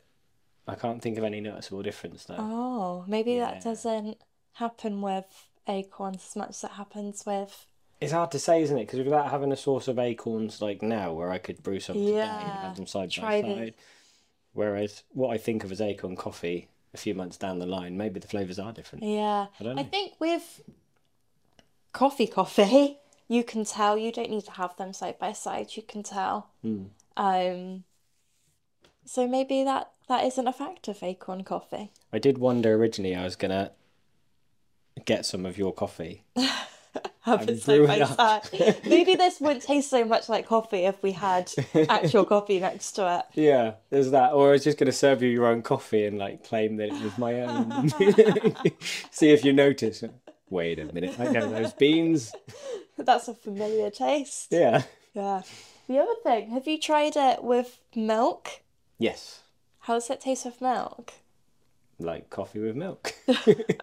Speaker 1: I can't think of any noticeable difference though.
Speaker 2: Oh, maybe
Speaker 1: Yeah.
Speaker 2: that doesn't happen with acorns as much as it happens with.
Speaker 1: It's hard to say, isn't it? Because without having a source of acorns like now, where I could brew some today and
Speaker 2: Yeah,
Speaker 1: have them side
Speaker 2: try
Speaker 1: by
Speaker 2: this.
Speaker 1: side. Whereas what I think of as acorn coffee, a few months down the line, maybe the flavors are different.
Speaker 2: Yeah.
Speaker 1: I don't know.
Speaker 2: think with coffee, coffee, you can tell. You don't need to have them side by side. You can tell.
Speaker 1: Hmm.
Speaker 2: Um. So maybe that that isn't a factor for acorn coffee.
Speaker 1: I did wonder originally I was gonna get some of your coffee
Speaker 2: Having
Speaker 1: I'm
Speaker 2: so
Speaker 1: brewing
Speaker 2: much
Speaker 1: up.
Speaker 2: that. Maybe this wouldn't taste so much like coffee if we had actual coffee next to it.
Speaker 1: Yeah, there's that. Or I was just going to serve you your own coffee and like claim that it was my own. See if you notice. Wait a minute. I know those beans.
Speaker 2: That's a familiar taste.
Speaker 1: Yeah.
Speaker 2: Yeah. The other thing, have you tried it with milk?
Speaker 1: Yes.
Speaker 2: How does it taste with milk?
Speaker 1: Like coffee with milk.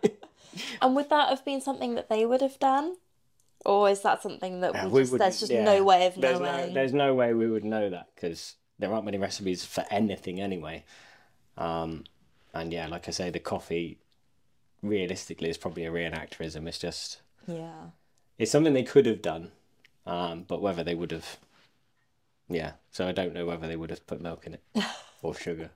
Speaker 2: And would that have been something that they would have done? Or is that something that we
Speaker 1: we
Speaker 2: just,
Speaker 1: wouldn't-
Speaker 2: there's just
Speaker 1: yeah.
Speaker 2: no way of
Speaker 1: There's
Speaker 2: knowing?
Speaker 1: no, there's no way we would know that because there aren't many recipes for anything anyway. Um, and yeah, like I say, the coffee realistically is probably a reenactorism. It's just
Speaker 2: yeah.
Speaker 1: it's something they could have done, um, but whether they would have, yeah. So I don't know whether they would have put milk in it or sugar.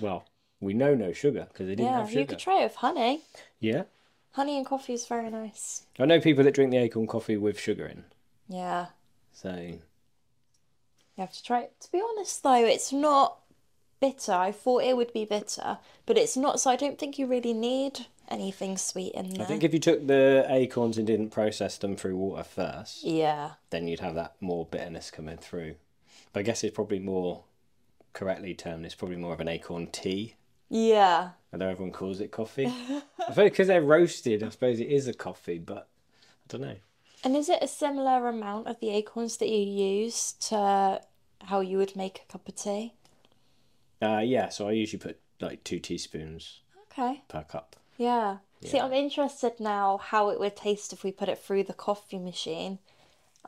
Speaker 1: Well, we know no sugar because they didn't
Speaker 2: Yeah,
Speaker 1: have
Speaker 2: you
Speaker 1: sugar.
Speaker 2: could try it with honey.
Speaker 1: Yeah,
Speaker 2: Honey and coffee is very nice.
Speaker 1: I know people that drink the acorn coffee with sugar in.
Speaker 2: Yeah.
Speaker 1: So
Speaker 2: You have to try it. To be honest, though, it's not bitter. I thought it would be bitter, but it's not, so I don't think you really need anything sweet in there.
Speaker 1: I think if you took the acorns and didn't process them through water first,
Speaker 2: Yeah.
Speaker 1: then you'd have that more bitterness coming through. But I guess it's probably more correctly termed, it's probably more of an acorn tea,
Speaker 2: Yeah.
Speaker 1: although everyone calls it coffee. I suppose because they're roasted, I suppose it is a coffee, but I don't know.
Speaker 2: And is it a similar amount of the acorns that you use to how you would make a cup of tea?
Speaker 1: Uh, yeah, so I usually put like two teaspoons
Speaker 2: Okay.
Speaker 1: per cup.
Speaker 2: Yeah. See, I'm interested now how it would taste if we put it through the coffee machine.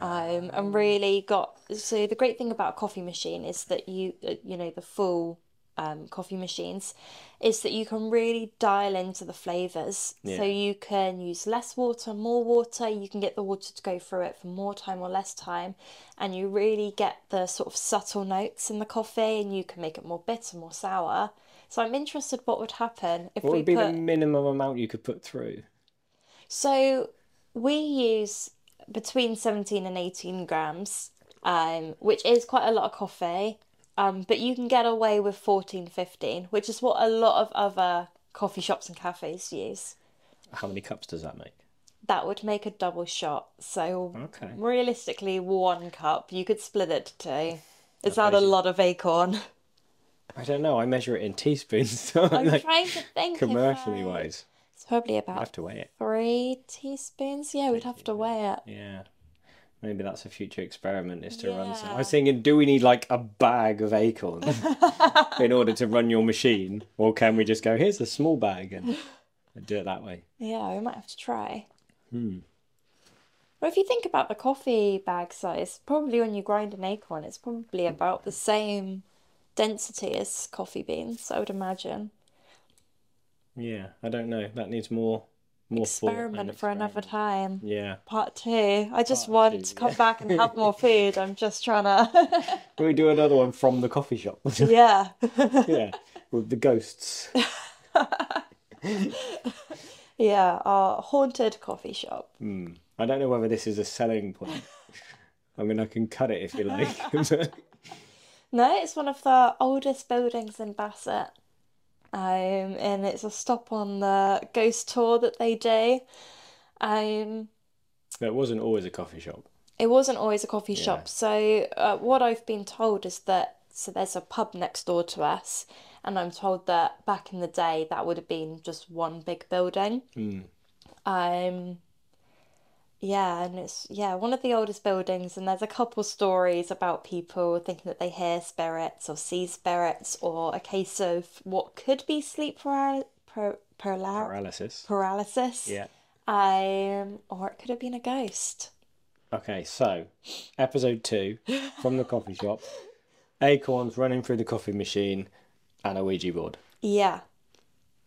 Speaker 2: Um, and really got so the great thing about a coffee machine is that you uh, you know the full um, coffee machines is that you can really dial into the flavors.
Speaker 1: Yeah.
Speaker 2: So you can use less water, more water. You can get the water to go through it for more time or less time, and you really get the sort of subtle notes in the coffee, and you can make it more bitter, more sour. So I'm interested what would happen if
Speaker 1: What
Speaker 2: we
Speaker 1: would be
Speaker 2: put
Speaker 1: the minimum amount you could put through?
Speaker 2: so we use between 17 and 18 grams, um, which is quite a lot of coffee, um, but you can get away with 14, 15, which is what a lot of other coffee shops and cafes use.
Speaker 1: How many cups does that make?
Speaker 2: That would make a double shot. So
Speaker 1: Okay.
Speaker 2: realistically, one cup, you could split it to two. It's not a lot of acorn.
Speaker 1: I don't know. I measure it in teaspoons, so I'm
Speaker 2: I'm
Speaker 1: like,
Speaker 2: trying to think if
Speaker 1: commercially
Speaker 2: I-
Speaker 1: wise,
Speaker 2: It's probably
Speaker 1: I have
Speaker 2: about
Speaker 1: to weigh it.
Speaker 2: three teaspoons. Yeah, we'd have to weigh it.
Speaker 1: Yeah. Maybe that's a future experiment is to run some. I
Speaker 2: Yeah.
Speaker 1: was thinking, do we need like a bag of acorns in order to run your machine? Or can we just go, here's a small bag and, and do it that way?
Speaker 2: Yeah, we might have to try.
Speaker 1: Hmm.
Speaker 2: Well, if you think about the coffee bag size, probably when you grind an acorn, it's probably about the same density as coffee beans, I would imagine.
Speaker 1: Yeah, I don't know. That needs more more thought and
Speaker 2: Experiment for another
Speaker 1: experiment.
Speaker 2: time.
Speaker 1: Yeah.
Speaker 2: Part two. I just
Speaker 1: Part
Speaker 2: want
Speaker 1: two,
Speaker 2: to come back and have more food. I'm just trying to.
Speaker 1: Can we do another one from the coffee shop?
Speaker 2: Yeah.
Speaker 1: yeah. With the ghosts.
Speaker 2: Yeah, our haunted coffee shop.
Speaker 1: I don't know whether this is a selling point. I mean, I can cut it if you like. but-
Speaker 2: No, it's one of the oldest buildings in Bassett. Um, and it's a stop on the ghost tour that they do. Um,
Speaker 1: it wasn't always a coffee shop.
Speaker 2: it wasn't always a coffee
Speaker 1: Yeah.
Speaker 2: shop. So, uh, what I've been told is that so there's a pub next door to us, and I'm told that back in the day that would have been just one big building.
Speaker 1: Hmm.
Speaker 2: Um, yeah, and it's yeah, one of the oldest buildings, and there's a couple stories about people thinking that they hear spirits or see spirits, or a case of what could be sleep paral par paral
Speaker 1: Paralysis.
Speaker 2: paralysis.
Speaker 1: Yeah.
Speaker 2: Um, or it could have been a ghost.
Speaker 1: Okay, so episode two from the coffee shop, acorns running through the coffee machine, and a Ouija board.
Speaker 2: Yeah.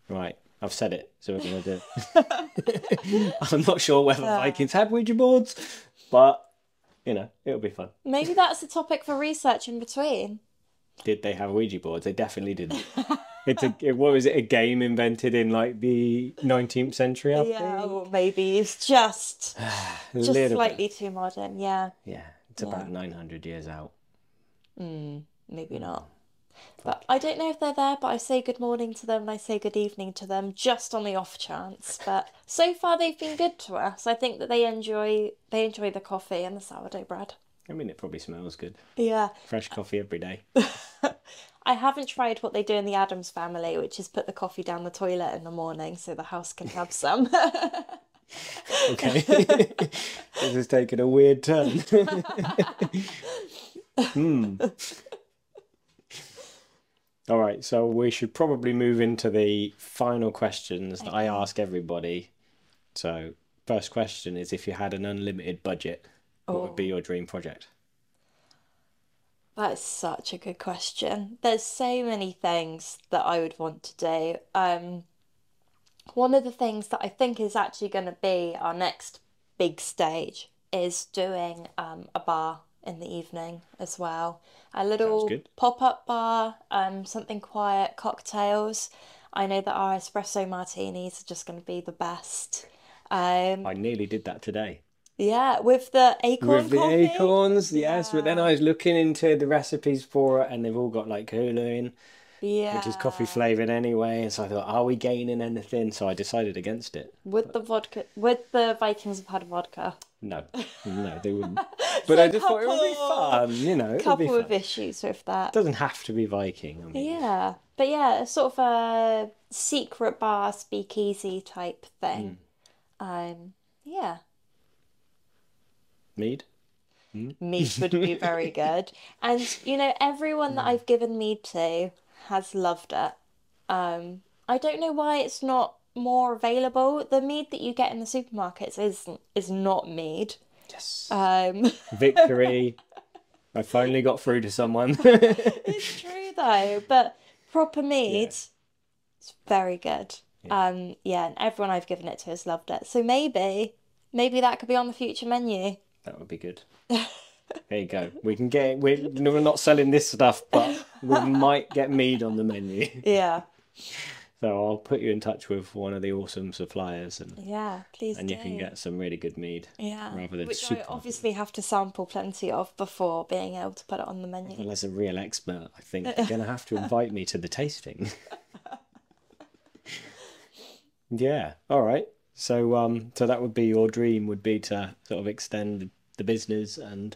Speaker 1: Right, I've said it, so we're gonna do it. I'm not sure whether
Speaker 2: Ah.
Speaker 1: Vikings had Ouija boards, but you know it'll be fun.
Speaker 2: Maybe that's a topic for research in between.
Speaker 1: Did they have Ouija boards? They definitely didn't. It's a it, what was it? A game invented in like the 19th century? I
Speaker 2: Yeah,
Speaker 1: think?
Speaker 2: or maybe it's just
Speaker 1: A
Speaker 2: just
Speaker 1: little bit.
Speaker 2: slightly too modern. Yeah,
Speaker 1: Yeah, it's about 900 years out.
Speaker 2: maybe not. But I don't know if they're there, but I say good morning to them and I say good evening to them just on the off chance. But so far they've been good to us. I think that they enjoy they enjoy the coffee and the sourdough bread.
Speaker 1: I mean, it probably smells good.
Speaker 2: Yeah.
Speaker 1: Fresh coffee every day.
Speaker 2: I haven't tried what they do in the Adams family, which is put the coffee down the toilet in the morning so the house can have some.
Speaker 1: Okay. this is taking a weird turn. hmm. All right, so we should probably move into the final questions that I ask everybody. So, first question is if you had an unlimited budget, what would be your dream project?
Speaker 2: That's such a good question. There's so many things that I would want to do. Um, one of the things that I think is actually going to be our next big stage is doing um, a bar in the evening as well. A little
Speaker 1: good.
Speaker 2: pop-up bar, um, something quiet, cocktails. I know that our espresso martinis are just going to be the best. Um,
Speaker 1: I nearly did that today.
Speaker 2: yeah, with the acorn
Speaker 1: With the
Speaker 2: coffee.
Speaker 1: acorns, yes, but then I was looking into the recipes for it and they've all got like hula in. which is coffee
Speaker 2: Yeah.
Speaker 1: flavored anyway. And so I thought, are we gaining anything? So I decided against it.
Speaker 2: Would the vodka, would the Vikings have had vodka?
Speaker 1: No, no, they wouldn't. But I just thought it would be
Speaker 2: couple-
Speaker 1: fun, you know. It would be
Speaker 2: Couple
Speaker 1: fun.
Speaker 2: of issues with that.
Speaker 1: doesn't have to be Viking. I mean,
Speaker 2: Yeah, but yeah, it's sort of a secret bar, speakeasy type
Speaker 1: Hmm.
Speaker 2: thing. Um, yeah,
Speaker 1: mead.
Speaker 2: mead would be very good, and you know, everyone
Speaker 1: Hmm.
Speaker 2: that I've given mead to has loved it. Um, I don't know why it's not more available. The mead that you get in the supermarkets is is not mead.
Speaker 1: Yes.
Speaker 2: Um,
Speaker 1: Victory. I finally got through to someone.
Speaker 2: It's true though, but proper mead, it's very good. Um, yeah, and everyone I've given it to has loved it. So maybe, maybe that could be on the future menu.
Speaker 1: that would be good. There you go. We can get. We're, we're not selling this stuff, but we might get mead on the menu.
Speaker 2: Yeah,
Speaker 1: So I'll put you in touch with one of the awesome suppliers, and,
Speaker 2: yeah, please
Speaker 1: and you can
Speaker 2: do.
Speaker 1: get some really good mead.
Speaker 2: yeah,
Speaker 1: rather than
Speaker 2: which I
Speaker 1: super-
Speaker 2: obviously have to sample plenty of before being able to put it on the menu.
Speaker 1: Well, as a real expert, I think you're going to have to invite me to the tasting. yeah. All right. So, um, so that would be your dream would be to sort of extend the business and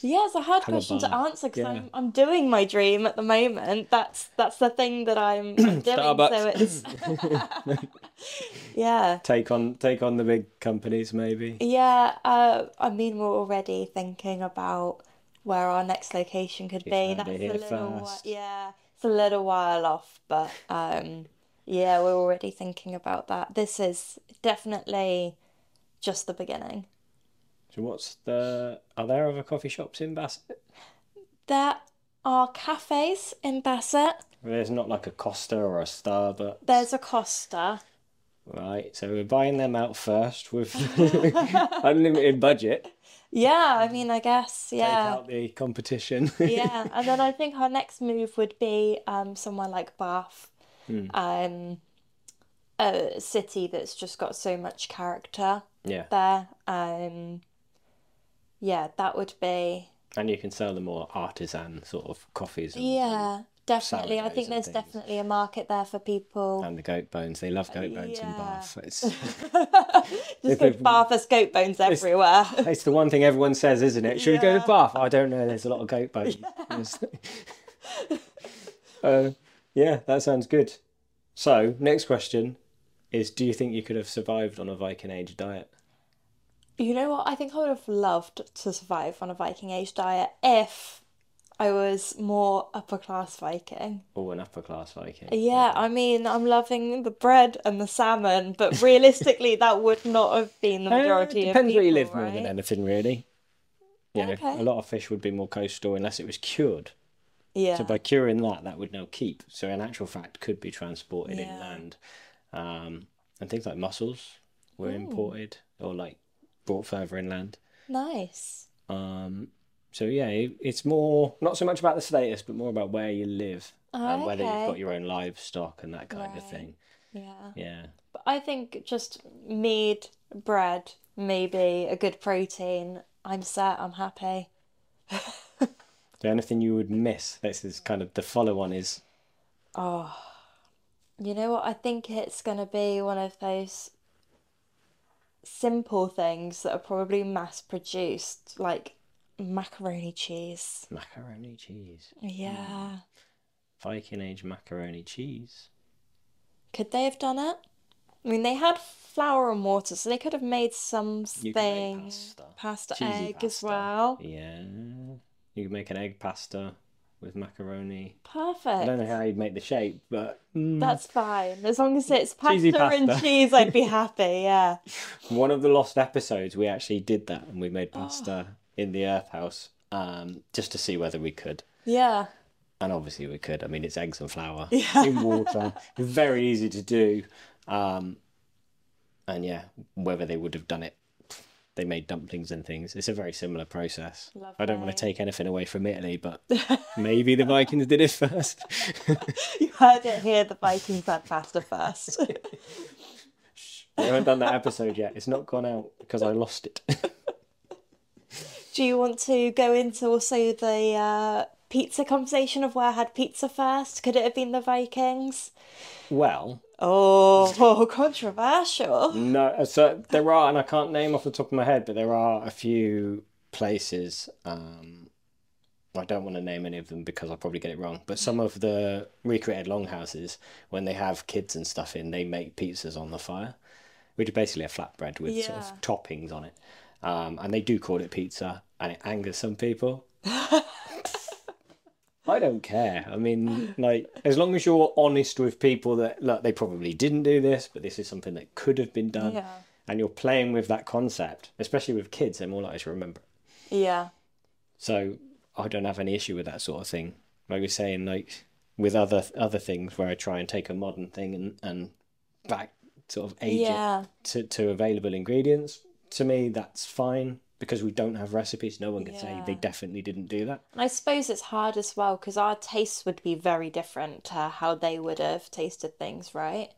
Speaker 2: Yeah, it's a hard question to
Speaker 1: bar.
Speaker 2: answer because
Speaker 1: Yeah.
Speaker 2: I'm I'm doing my dream at the moment. That's that's the thing that I'm doing. So
Speaker 1: Starbucks.
Speaker 2: it's yeah.
Speaker 1: take on take on the big companies maybe.
Speaker 2: Yeah, uh, I mean, we're already thinking about where our next location could be.
Speaker 1: heard
Speaker 2: That's
Speaker 1: it
Speaker 2: a
Speaker 1: here
Speaker 2: little, whi-
Speaker 1: first.
Speaker 2: yeah, it's a little while off, but um, yeah, we're already thinking about that. This is definitely just the beginning.
Speaker 1: So, what's the are there other coffee shops in Bassett?
Speaker 2: There are cafes in Bassett.
Speaker 1: There's not like a Costa or a Starbucks,
Speaker 2: There's a Costa.
Speaker 1: right? So we're buying them out first with unlimited budget.
Speaker 2: Yeah, I mean, I guess,
Speaker 1: Mm. Take
Speaker 2: yeah.
Speaker 1: out the competition.
Speaker 2: Yeah, and then I think our next move would be um, somewhere like Bath,
Speaker 1: Hmm.
Speaker 2: um, a city that's just got so much character
Speaker 1: yeah.
Speaker 2: there. Um, yeah, that would be.
Speaker 1: And you can sell the more artisan sort of coffees and,
Speaker 2: Yeah, definitely. I
Speaker 1: sourdoughs
Speaker 2: think
Speaker 1: and
Speaker 2: there's
Speaker 1: things.
Speaker 2: definitely a market there for people.
Speaker 1: and the goat bones. They love goat bones in
Speaker 2: Yeah.
Speaker 1: Bath. It's,
Speaker 2: Just go to
Speaker 1: we've-
Speaker 2: Bath, there's goat bones everywhere.
Speaker 1: it's the one thing everyone says, isn't it? Should we go
Speaker 2: Yeah.
Speaker 1: to Bath? I don't know. There's a lot of goat bones. Yes. uh, yeah, that sounds good. So, next question is Do you think you could have survived on a Viking Age diet?
Speaker 2: You know what? I think I would have loved to survive on a Viking Age diet if I was more upper class Viking.
Speaker 1: Or an upper class Viking?
Speaker 2: Yeah, I mean, I'm loving the bread and the salmon, but realistically, that would not have been the
Speaker 1: Uh,
Speaker 2: majority of
Speaker 1: depends where you live
Speaker 2: people,
Speaker 1: more than
Speaker 2: right?
Speaker 1: anything, really. You know,
Speaker 2: Okay.
Speaker 1: a lot of fish would be more coastal unless it was cured.
Speaker 2: Yeah,
Speaker 1: So by curing that, that would now keep. So in actual fact, could be transported
Speaker 2: Yeah.
Speaker 1: inland, um, and things like mussels were imported or like brought further inland.
Speaker 2: nice.
Speaker 1: Um, so yeah, it- it's more not so much about the status, but more about where you live and whether you've
Speaker 2: Okay.
Speaker 1: got your own livestock and that kind of thing.
Speaker 2: Yeah.
Speaker 1: Yeah,
Speaker 2: But I think just mead, bread, maybe a good protein. I'm set, I'm happy.
Speaker 1: there anything you would miss? This is kind of the follow on is
Speaker 2: Oh, you know what? I think it's going to be one of those simple things that are probably mass produced, like macaroni cheese.
Speaker 1: macaroni cheese.
Speaker 2: Yeah.
Speaker 1: Viking age macaroni cheese.
Speaker 2: Could they have done it? I mean, they had flour and water, so they could have made
Speaker 1: You can make
Speaker 2: something.
Speaker 1: pasta.
Speaker 2: Pasta
Speaker 1: Cheesy
Speaker 2: egg as
Speaker 1: pasta.
Speaker 2: well.
Speaker 1: Yeah. You can make an egg pasta with macaroni. I don't know
Speaker 2: Perfect.
Speaker 1: how you'd make the shape, but mm,
Speaker 2: That's fine. As long as it's
Speaker 1: Cheesy
Speaker 2: pasta and
Speaker 1: pasta.
Speaker 2: cheese, I'd be happy. Yeah.
Speaker 1: one of the lost episodes we actually did that and we made pasta in the earth house um, just to see whether we could.
Speaker 2: Yeah.
Speaker 1: And obviously we could. I mean, it's eggs and flour in water. Very easy to do. Um, and yeah, whether they would have done it, they made dumplings and things. It's a very similar process. I don't want
Speaker 2: Lovely.
Speaker 1: to take anything away from Italy, but maybe the Vikings did it first.
Speaker 2: You heard it here. The Vikings had pasta first.
Speaker 1: we haven't done that episode yet. It's not gone out because I lost it.
Speaker 2: Do you want to go into also the uh, pizza conversation of where had pizza first? Could it have been the Vikings?
Speaker 1: well,
Speaker 2: Oh, controversial.
Speaker 1: no. uh, So there are, and I can't name off the top of my head, but there are a few places. Um, I don't want to name any of them because I'll probably get it wrong. But some of the recreated longhouses, when they have kids and stuff in, they make pizzas on the fire, which is basically a flatbread with sort
Speaker 2: Yeah.
Speaker 1: of toppings on it. Um, and they do call it pizza, and it angers some people. I don't care. I mean, like, as long as you're honest with people that, look, they probably didn't do this, but this is something that could have been done.
Speaker 2: Yeah.
Speaker 1: And you're playing with that concept, especially with kids, they're more likely to remember. it.
Speaker 2: Yeah.
Speaker 1: So I don't have any issue with that sort of thing. Like you're saying, like, with other other things where I try and take a modern thing and, and back sort of age it
Speaker 2: Yeah.
Speaker 1: to, to available ingredients, to me, that's fine because we don't have recipes. No one can say they
Speaker 2: Yeah.
Speaker 1: definitely didn't do that.
Speaker 2: I suppose it's hard as well because our tastes would be very different to how they would have tasted things, right?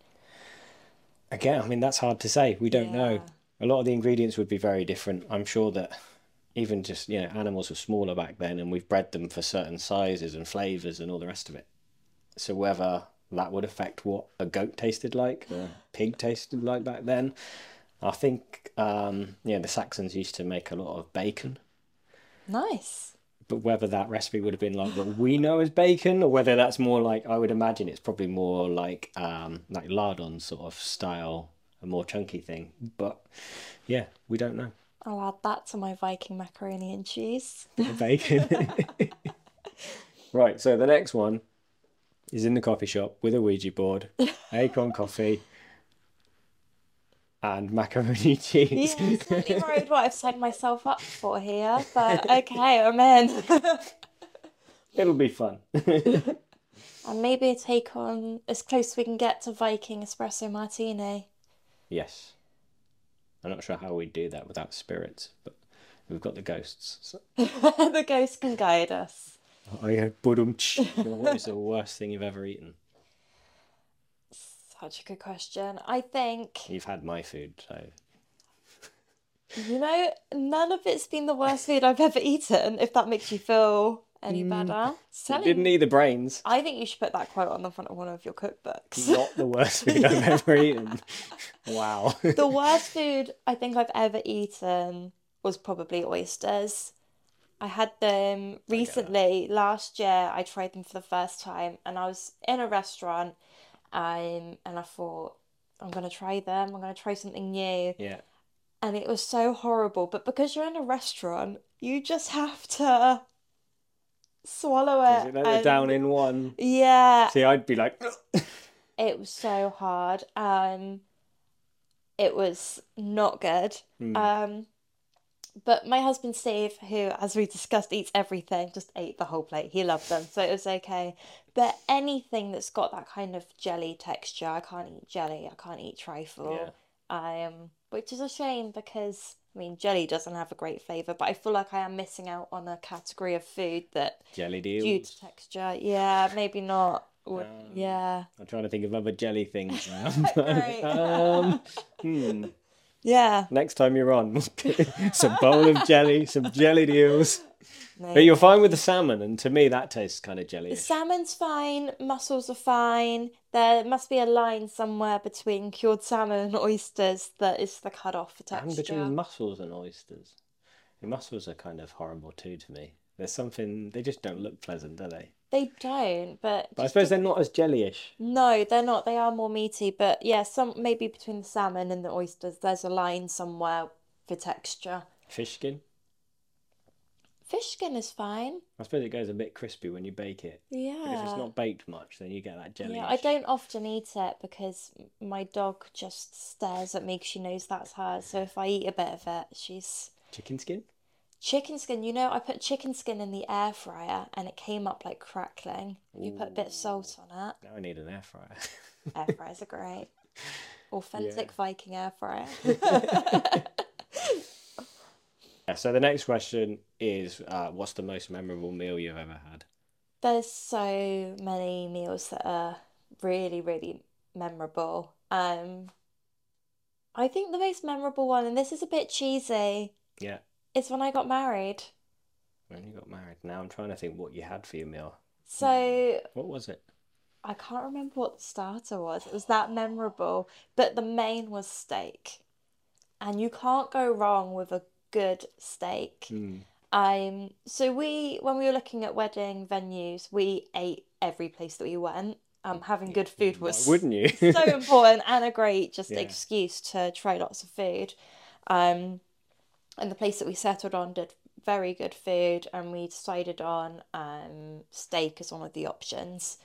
Speaker 1: Again, I mean, that's hard to say. We don't know.
Speaker 2: Yeah.
Speaker 1: A lot of the ingredients would be very different. I'm sure that even just, you know, animals were smaller back then and we've bred them for certain sizes and flavors and all the rest of it. So whether that would affect what a goat tasted like or a pig tasted like back then, I think, um, yeah, the Saxons used to make a lot of bacon.
Speaker 2: Nice.
Speaker 1: but whether that recipe would have been like what we know as bacon or whether that's more like I would imagine it's probably more like um like lardon sort of style a more chunky thing but yeah we don't know
Speaker 2: I'll add that to my Viking macaroni and cheese.
Speaker 1: Bit of bacon right so the next one is in the coffee shop with a Ouija board acorn coffee and macaroni cheese
Speaker 2: Yeah, I'm slightly worried what I've signed myself up for here, but okay, I'm in.
Speaker 1: it'll be fun
Speaker 2: And maybe a take on as close as we can get to Viking espresso martini.
Speaker 1: yes I'm not sure how we'd do that without spirits but we've got the ghosts so
Speaker 2: the ghost can guide us.
Speaker 1: I had budumch. What is the worst thing you've ever eaten?
Speaker 2: Such a good question. I think,
Speaker 1: You've had my food, so
Speaker 2: you know, none of it's been the worst food I've ever eaten, if that makes you feel any better. Selling,
Speaker 1: didn't eat the brains.
Speaker 2: I think you should put that quote on the front of one of your cookbooks.
Speaker 1: Not the worst food I've ever eaten. Wow.
Speaker 2: the worst food I think I've ever eaten was probably oysters. I had them recently last year. I tried them for the first time, and I was in a restaurant, um, and I thought I'm gonna try them. I'm gonna try something new,
Speaker 1: yeah.
Speaker 2: and it was so horrible. But because you're in a restaurant, you just have to swallow
Speaker 1: Is
Speaker 2: it.
Speaker 1: it like the
Speaker 2: and-
Speaker 1: down in one?
Speaker 2: Yeah,
Speaker 1: See, I'd be like,
Speaker 2: it was so hard. Um, it was not good. Um, but my husband Steve, who, as we discussed, eats everything, just ate the whole plate. He loved them, so it was okay. But anything that's got that kind of jelly texture, I can't eat jelly. I can't eat
Speaker 1: Yeah.
Speaker 2: trifle. Um, which is a shame because I mean, jelly doesn't have a great flavor, but I feel like I am missing out on a category of food that,
Speaker 1: jelly
Speaker 2: due
Speaker 1: deals.
Speaker 2: to texture, yeah, maybe not. would-
Speaker 1: Um,
Speaker 2: yeah.
Speaker 1: Uh, I'm trying to think of other jelly things now.
Speaker 2: Right.
Speaker 1: um, hmm.
Speaker 2: Yeah.
Speaker 1: Next time you're on, some bowl of jelly, some jellied eels. But
Speaker 2: mate.
Speaker 1: you're fine with the salmon, and to me that tastes kind of jelly.
Speaker 2: The salmon's fine, mussels are fine. There must be a line somewhere between cured salmon and oysters that is the cutoff for
Speaker 1: And
Speaker 2: texture.
Speaker 1: between mussels and oysters, the mussels are kind of horrible too to me. There's something they just don't look pleasant, do they?
Speaker 2: They don't, but
Speaker 1: But I suppose they're not as jellyish.
Speaker 2: no, they're not. They are more meaty, but yeah, some maybe between the salmon and the oysters, there's a line somewhere for texture.
Speaker 1: Fish skin.
Speaker 2: Fish skin is fine.
Speaker 1: I suppose it goes a bit crispy when you bake it. But if
Speaker 2: Yeah.
Speaker 1: it's not baked much, then you get that jelly.
Speaker 2: Yeah, I don't often eat it because my dog just stares at me 'cause she knows that's hers. So if I eat a bit of it, she's.
Speaker 1: Chicken skin.
Speaker 2: Chicken skin, you know, I put chicken skin in the air fryer and it came up like crackling. You put a bit of salt on
Speaker 1: Now I need an air fryer.
Speaker 2: it. Air fryers are great. Authentic Viking air fryer.
Speaker 1: yeah, so the next question is, uh, what's the most memorable meal you've ever had?
Speaker 2: There's so many meals that are really, really memorable. Um, I think the most memorable one, and this is a bit cheesy,
Speaker 1: Yeah,
Speaker 2: is when I got married.
Speaker 1: when you got married. Now I'm trying to think what you had for your meal.
Speaker 2: So
Speaker 1: What was it?
Speaker 2: I can't remember what the starter was. It was that memorable, but the main was steak. And you can't go wrong with a good steak.
Speaker 1: Mm. Hmm.
Speaker 2: Um, so we, when we were looking at wedding venues, we ate every place that we went. Um, having good food was
Speaker 1: Why wouldn't you?
Speaker 2: so important and a great just
Speaker 1: Yeah.
Speaker 2: excuse to try lots of food. Um, and the place that we settled on did very good food, and we decided on um, steak as one of the options.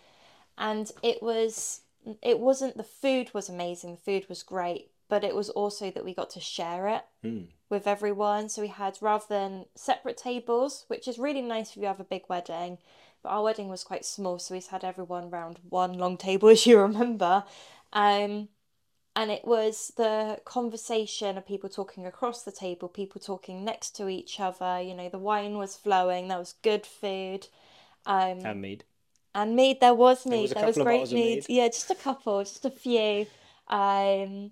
Speaker 2: And it was it wasn't the food was amazing, the food was great, but it was also that we got to share it with everyone. So we had rather than separate tables, which is really nice if you have a big wedding. But our wedding was quite small, so we just had everyone round one long table, as you remember. Um, and it was the conversation of people talking across the table, people talking next to each other. You know, the wine was flowing, there was good food. Um,
Speaker 1: Handmade.
Speaker 2: and mead, there was mead.
Speaker 1: was a
Speaker 2: There was
Speaker 1: couple of
Speaker 2: great
Speaker 1: bottles of mead.
Speaker 2: Yeah, just a couple, just a few. Um,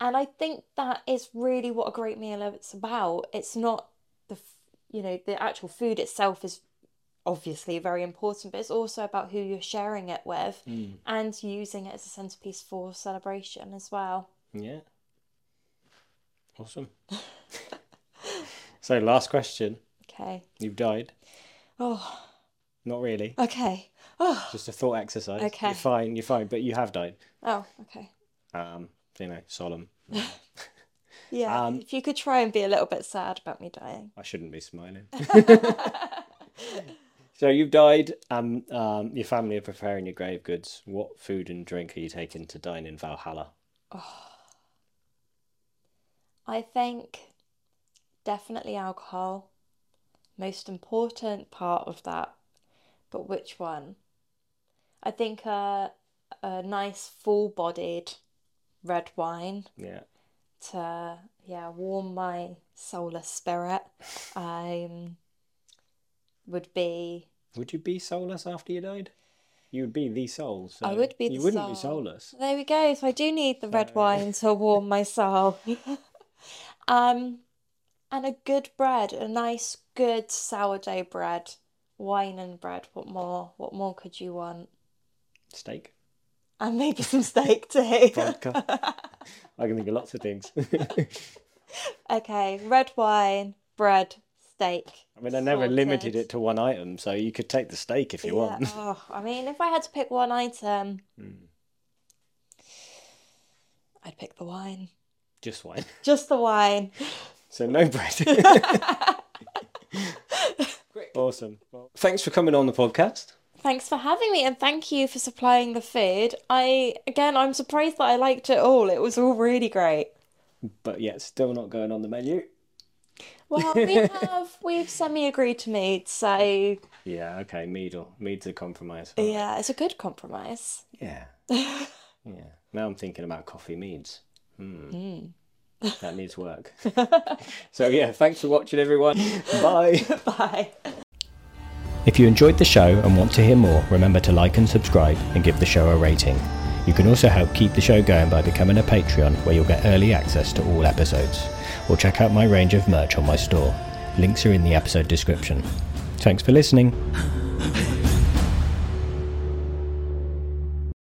Speaker 2: and I think that is really what a great meal is about. It's not the, f- you know, the actual food itself is obviously very important, but it's also about who you're sharing it with
Speaker 1: Hmm.
Speaker 2: and using it as a centerpiece for celebration as well.
Speaker 1: Yeah. Awesome. so last question.
Speaker 2: Okay.
Speaker 1: You've died.
Speaker 2: Oh,
Speaker 1: Not really.
Speaker 2: okay. Oh,
Speaker 1: Just a thought exercise.
Speaker 2: Okay.
Speaker 1: You're fine. You're fine. But you have died.
Speaker 2: oh, okay.
Speaker 1: Um, you know, solemn.
Speaker 2: Yeah.
Speaker 1: Um,
Speaker 2: if you could try and be a little bit sad about me dying.
Speaker 1: I shouldn't be smiling. so you've died. Um, um, your family are preparing your grave goods. What food and drink are you taking to dine in Valhalla?
Speaker 2: I think definitely alcohol, most important part of that. But which one? I think a a nice full-bodied red wine
Speaker 1: Yeah.
Speaker 2: to yeah warm my soulless spirit. Um, would be
Speaker 1: Would you be soulless after you died? You would be the soul. So
Speaker 2: I would be
Speaker 1: You
Speaker 2: the
Speaker 1: wouldn't be
Speaker 2: soul.
Speaker 1: soulless.
Speaker 2: There we go. So I do need the red wine to warm my soul. um, and a good bread, a nice, good sourdough bread, wine and bread. What more? What more could you want?
Speaker 1: Steak.
Speaker 2: And maybe some steak too.
Speaker 1: Vodka. I can think of lots of things.
Speaker 2: Okay, red wine, bread, steak.
Speaker 1: I mean, I never limited it to one item, so you could take the steak if you want. Hmm.
Speaker 2: oh, I mean, if I had to pick one item, I'd pick the wine.
Speaker 1: Just wine.
Speaker 2: Just the wine.
Speaker 1: So no bread. awesome. Well, thanks for coming on the podcast.
Speaker 2: Thanks for having me, and thank you for supplying the food. I, again, I'm surprised that I liked it all. It was all really great.
Speaker 1: But yet, still not going on the menu.
Speaker 2: Well, we have, we've semi-agreed to meet, so
Speaker 1: Yeah, okay, mead or mead's a compromise.
Speaker 2: yeah, it's a good compromise.
Speaker 1: Yeah. yeah. Now I'm thinking about coffee meads. Hmm. That needs work. so yeah, thanks for watching everyone. Bye.
Speaker 2: Bye.
Speaker 3: If you enjoyed the show and want to hear more, remember to like and subscribe and give the show a rating.
Speaker 1: You can also help keep the show going by becoming a Patreon, where you'll get early access to all episodes, or check out my range of merch on my store. Links are in the episode description. Thanks for listening.